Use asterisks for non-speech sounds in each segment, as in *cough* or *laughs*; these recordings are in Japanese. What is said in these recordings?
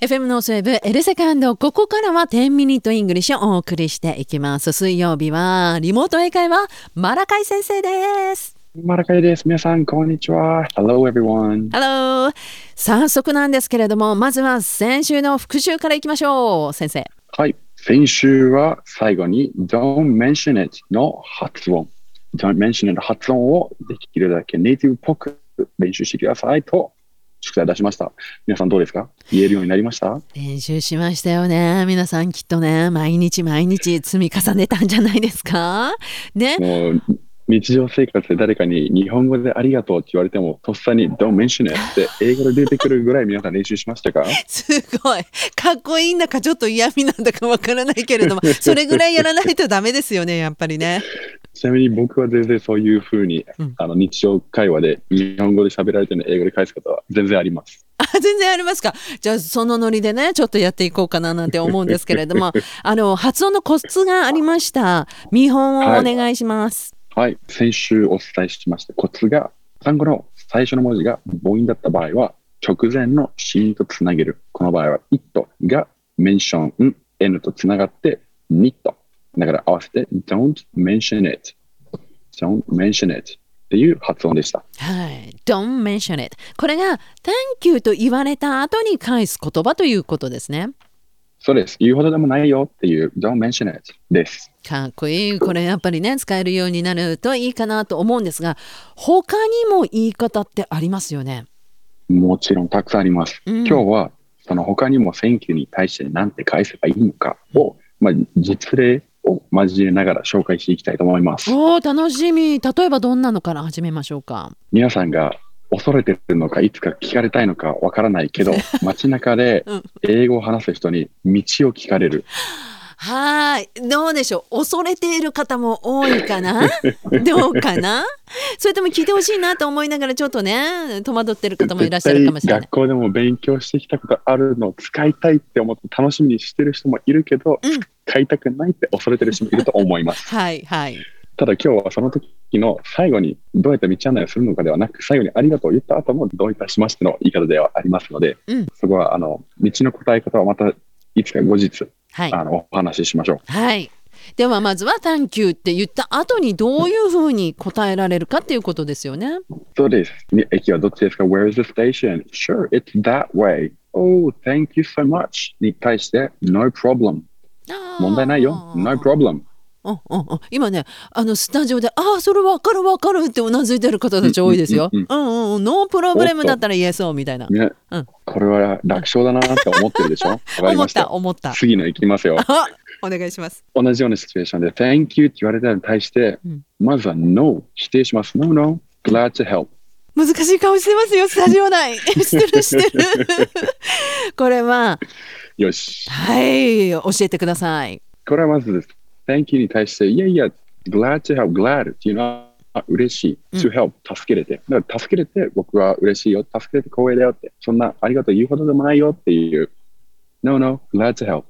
FM のセーブ、エルセカンド、ここからは10ミニットイングリッシュをお送りしていきます。水曜日は、リモート英会話、マラカイ先生です。マラカイです。皆さん、こんにちは。Hello, everyone. Hello! 早速なんですけれども、まずは先週の復習からいきましょう、先生。はい。先週は最後に Don't mention it の発音。Don't mention it の発音をできるだけネイティブっぽく練習してくださいと宿題出しました。皆さんどうですか言えるようになりました練習しましたよね。皆さんきっとね、毎日毎日積み重ねたんじゃないですかね。もう日常生活で誰かに日本語でありがとうって言われてもとっさに Don't mention it って英語で出てくるぐらい皆さん練習しましたかすごい。かっこいいんだか、ちょっと嫌味なんだかわからないけれども、それぐらいやらないとダメですよね、やっぱりね。ちなみに僕は全然そういうふうに、うんあの日常会話で日本語で喋られてるのを英語で返すことは全然あります。あ全然ありますか。じゃあそのノリでねちょっとやっていこうかななんて思うんですけれど *laughs* もあの発音のコツがありました。見本をお願いします。はい、先週お伝えしましたコツが単語の最初の文字が母音だった場合は直前の子音とつなげるこの場合は「it」が「mention」「n」とつながって「nit」だから合わせて「don't mention it」「don't mention it」っていう発音でしたはい。Don't mention it。これが Thank you と言われた後に返す言葉ということですね。そうです言うほどでもないよっていう「don't mention it」ですかっこいい。これやっぱりね使えるようになるといいかなと思うんですが他にも言い方ってありますよね。もちろんたくさんあります。うん今日はその他にも選挙に対して何て返せばいいのかを、まあ、実例を交えながら紹介していきたいと思います。おお楽しみ。例えばどんなのから始めましょうか。皆さんが恐れてるのかいつか聞かれたいのかわからない *laughs* けど街中でうん英語を話す人に道を聞かれるはい。どうでしょう。恐れている方も多いか *laughs* などうかなそれとも聞いてほしいなと思いながら、ちょっとね、戸惑ってる方もいらっしゃるかもしれない学。校でも勉強してきたことあるのを使いたいって思って楽しみにしてる人もいるけど、うん使いたくないって恐れてる人もいると思います。はいはい。ただ今日はその時の最後にどうやって道案内をするのかではなく最後にありがとうを言った後もどういたしましての言い方ではありますので、うんそこはあの道の答え方はまたいつか後日はい。あのお話ししましょう。はい。ではまずは「探求」って言った後にどういうふうに答えられるかっていうことですよね。そうです。に駅はどっちですか ?Where is the station? Sure, it's that way. Oh, thank you so much. に対して No problem. 問題ないよ。No problem. うんうんうん今ねあのスタジオで「ああそれ分かる分かる」ってうなずいてる方たち多いですよ。ううんんうんうんノープロブレムだったら言えそうみたいな。ね、うんこれは楽勝だなって思ってるでしょわかり *laughs* 思っましたた。思った。次の行きますよ。あお願いします。同じようなシチュエーションで、Thank you って言われたのに対して、うんまずは No 否定します。No, no, glad to help. 難しい顔してますよ、スタジオ内。してる、してる。これは、よし。はい、教えてください。これはまずです。Thank you に対して、いやいや、glad to help, glad っていうのはあ嬉しい。うん to help, 助けれて。だから助けれて、僕は嬉しいよ。助けれて光栄だよって。そんなありがとう言うほどでもないよっていう。No, no, glad to help.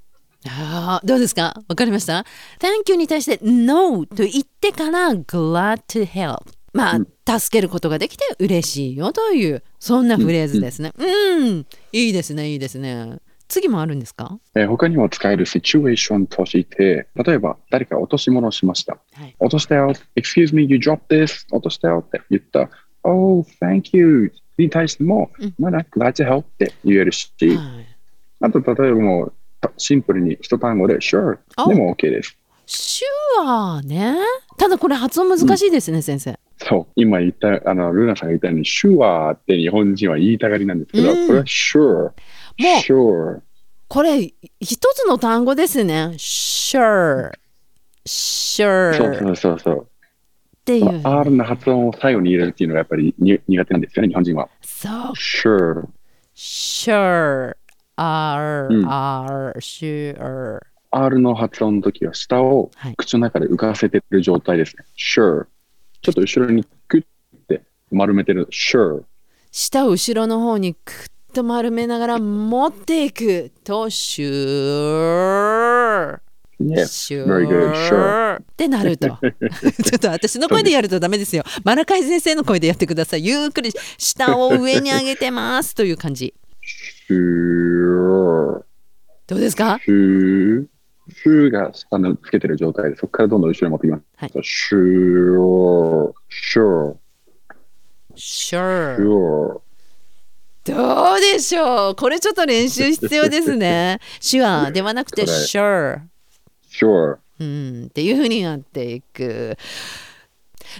あーどうですかわかりました ?Thank you に対して No と言ってから Glad to help。まうあ、助けることができて嬉しいよという、そんなフレーズですね。うん、いいですね、いいですね。次もあるんですかえー他にも使えるシチュエーションとして、例えば誰か落とし物をしました。はい落としたよ。Excuse me, you dropped this. 落としたよって言った。Oh, thank you. に対してもうん、まだ glad to help って言えるし、はいあと例えばもうシンプルに一単語で sure あでも OK です。手話ね。ただこれ発音難しいですね、先生。そう、今言った、あの、ルナさんが言ったように sure って日本人は言いたがりなんですけど、うんこれは sure。sure。これ一つの単語ですね。sure, そう sure っそうそうそう。てい。そうの R の発音を最後に入れるっていうのがやっぱりに苦手なんですよね、日本人は。そう、 sure。 sure, r うん r sure。 R の発音の時は下をはい口の中で浮かせてる状態ですね。sure。ちょっと後ろにクッて丸めてる。sure。下を後ろの方にくっと丸めながら持っていくと sure。 Yeah. Sure Very good. Sure. ってなる *laughs* とちょっと私の声でやるとダメですよマラカイ先生の声でやってくださいゆっくり下を上に上げてますという感じ sure. ーどうです *laughs* かシューシューが下のつけてる状態で、そこからどんどん後ろに持ってきます。はいシュー、シュー、シ Sure ュー。どうでしょうこれちょっと練習必要です *laughs* ね Sure ではなくてこれ Sure Sure. うんっていうふうになっていく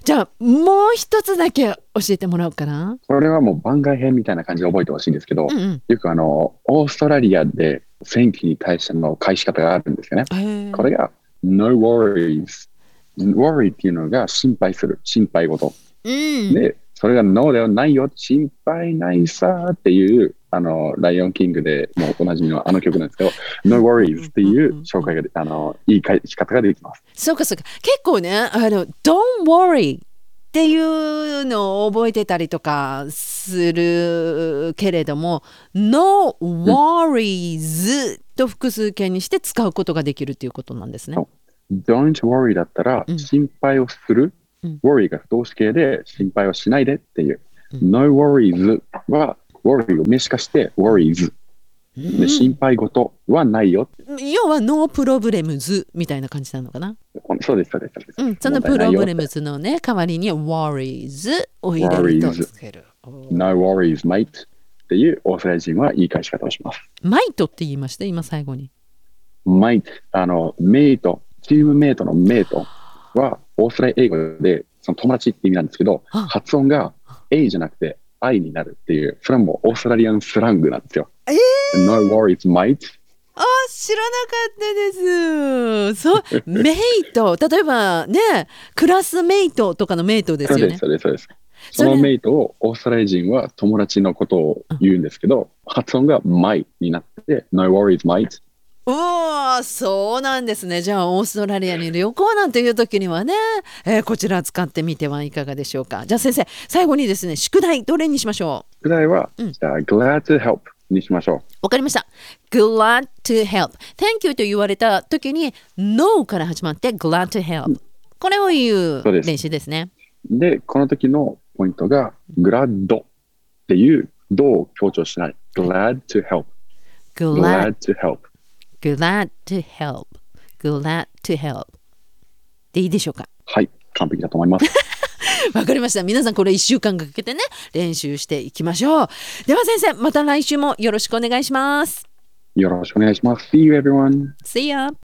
じゃあもう一つだけ教えてもらおうかなこれはもう番外編みたいな感じで覚えてほしいんですけど、うんうんよくあの、オーストラリアで戦機に対しての返し方があるんですよね。へーこれが、No worries。worry っていうのが心配する、心配事。うんで、それが No だよ、ないよ、心配ないさーっていう、あの、ライオンキングでもうおなじみのあの曲なんですけど、No worries っていう紹介がで、あの、いい返し方ができます。そうかそうか結構ねあの「Don't worry」っていうのを覚えてたりとかするけれども「No worries」と複数形にして使うことができるということなんですね。 Don't worry だったらう、ん心配をする、うん worry が不動詞形で、心配をしないでっていう。うん No worries は、worry を名詞化して、worries。うで、ん心配事はないよ。要は「No problems」みたいな感じなのかな。そうです、そうです、そうです。うん、その問プロ題ないよブレムズのね代わりに「worries」を入れると worries つける。 No worries, mate っていうオーストラリア人はいい返し方をします。マイトって言いました今最後に。 mate あの、メイト、チームメイトのメイトは、オーストラリア英語で、その友達って意味なんですけど、あ発音が A じゃなくて I になるっていう、それはもうオーストラリアンスラングなんですよ。え no worries, mate あ知らなか *laughs* ったです。そうメイト例えばねクラスメイトとかのメイトでそすうよでね。す、そうです、そうです。そそれのメイトをオーストラリア人は友達のことを言うんですけど、発音が my になって、no worries, mate うわそうなんですね。じゃあオーストラリアに旅行なんていう時にはね、えーこちら使ってみてはいかがでしょうか。じゃあ先生最後にですね宿題どれにしましょうぐらいは、うんじゃあ、glad to help にしましょわかりました。Glad to help. Thank you と言われた時に No から始まって Glad to help。これを言うそうです練習ですね。う。で、この時のポイントが、glad っていう、どうを強調しない。glad to help。 Glad, glad to help。 glad to help. Glad to help. でいいでしょうかはい、完璧だと思います。わかりました。皆さんこれ1週間かけてね、練習していきましょう。では先生、また来週もよろしくお願いします。よろしくお願いします。See you everyone! See ya!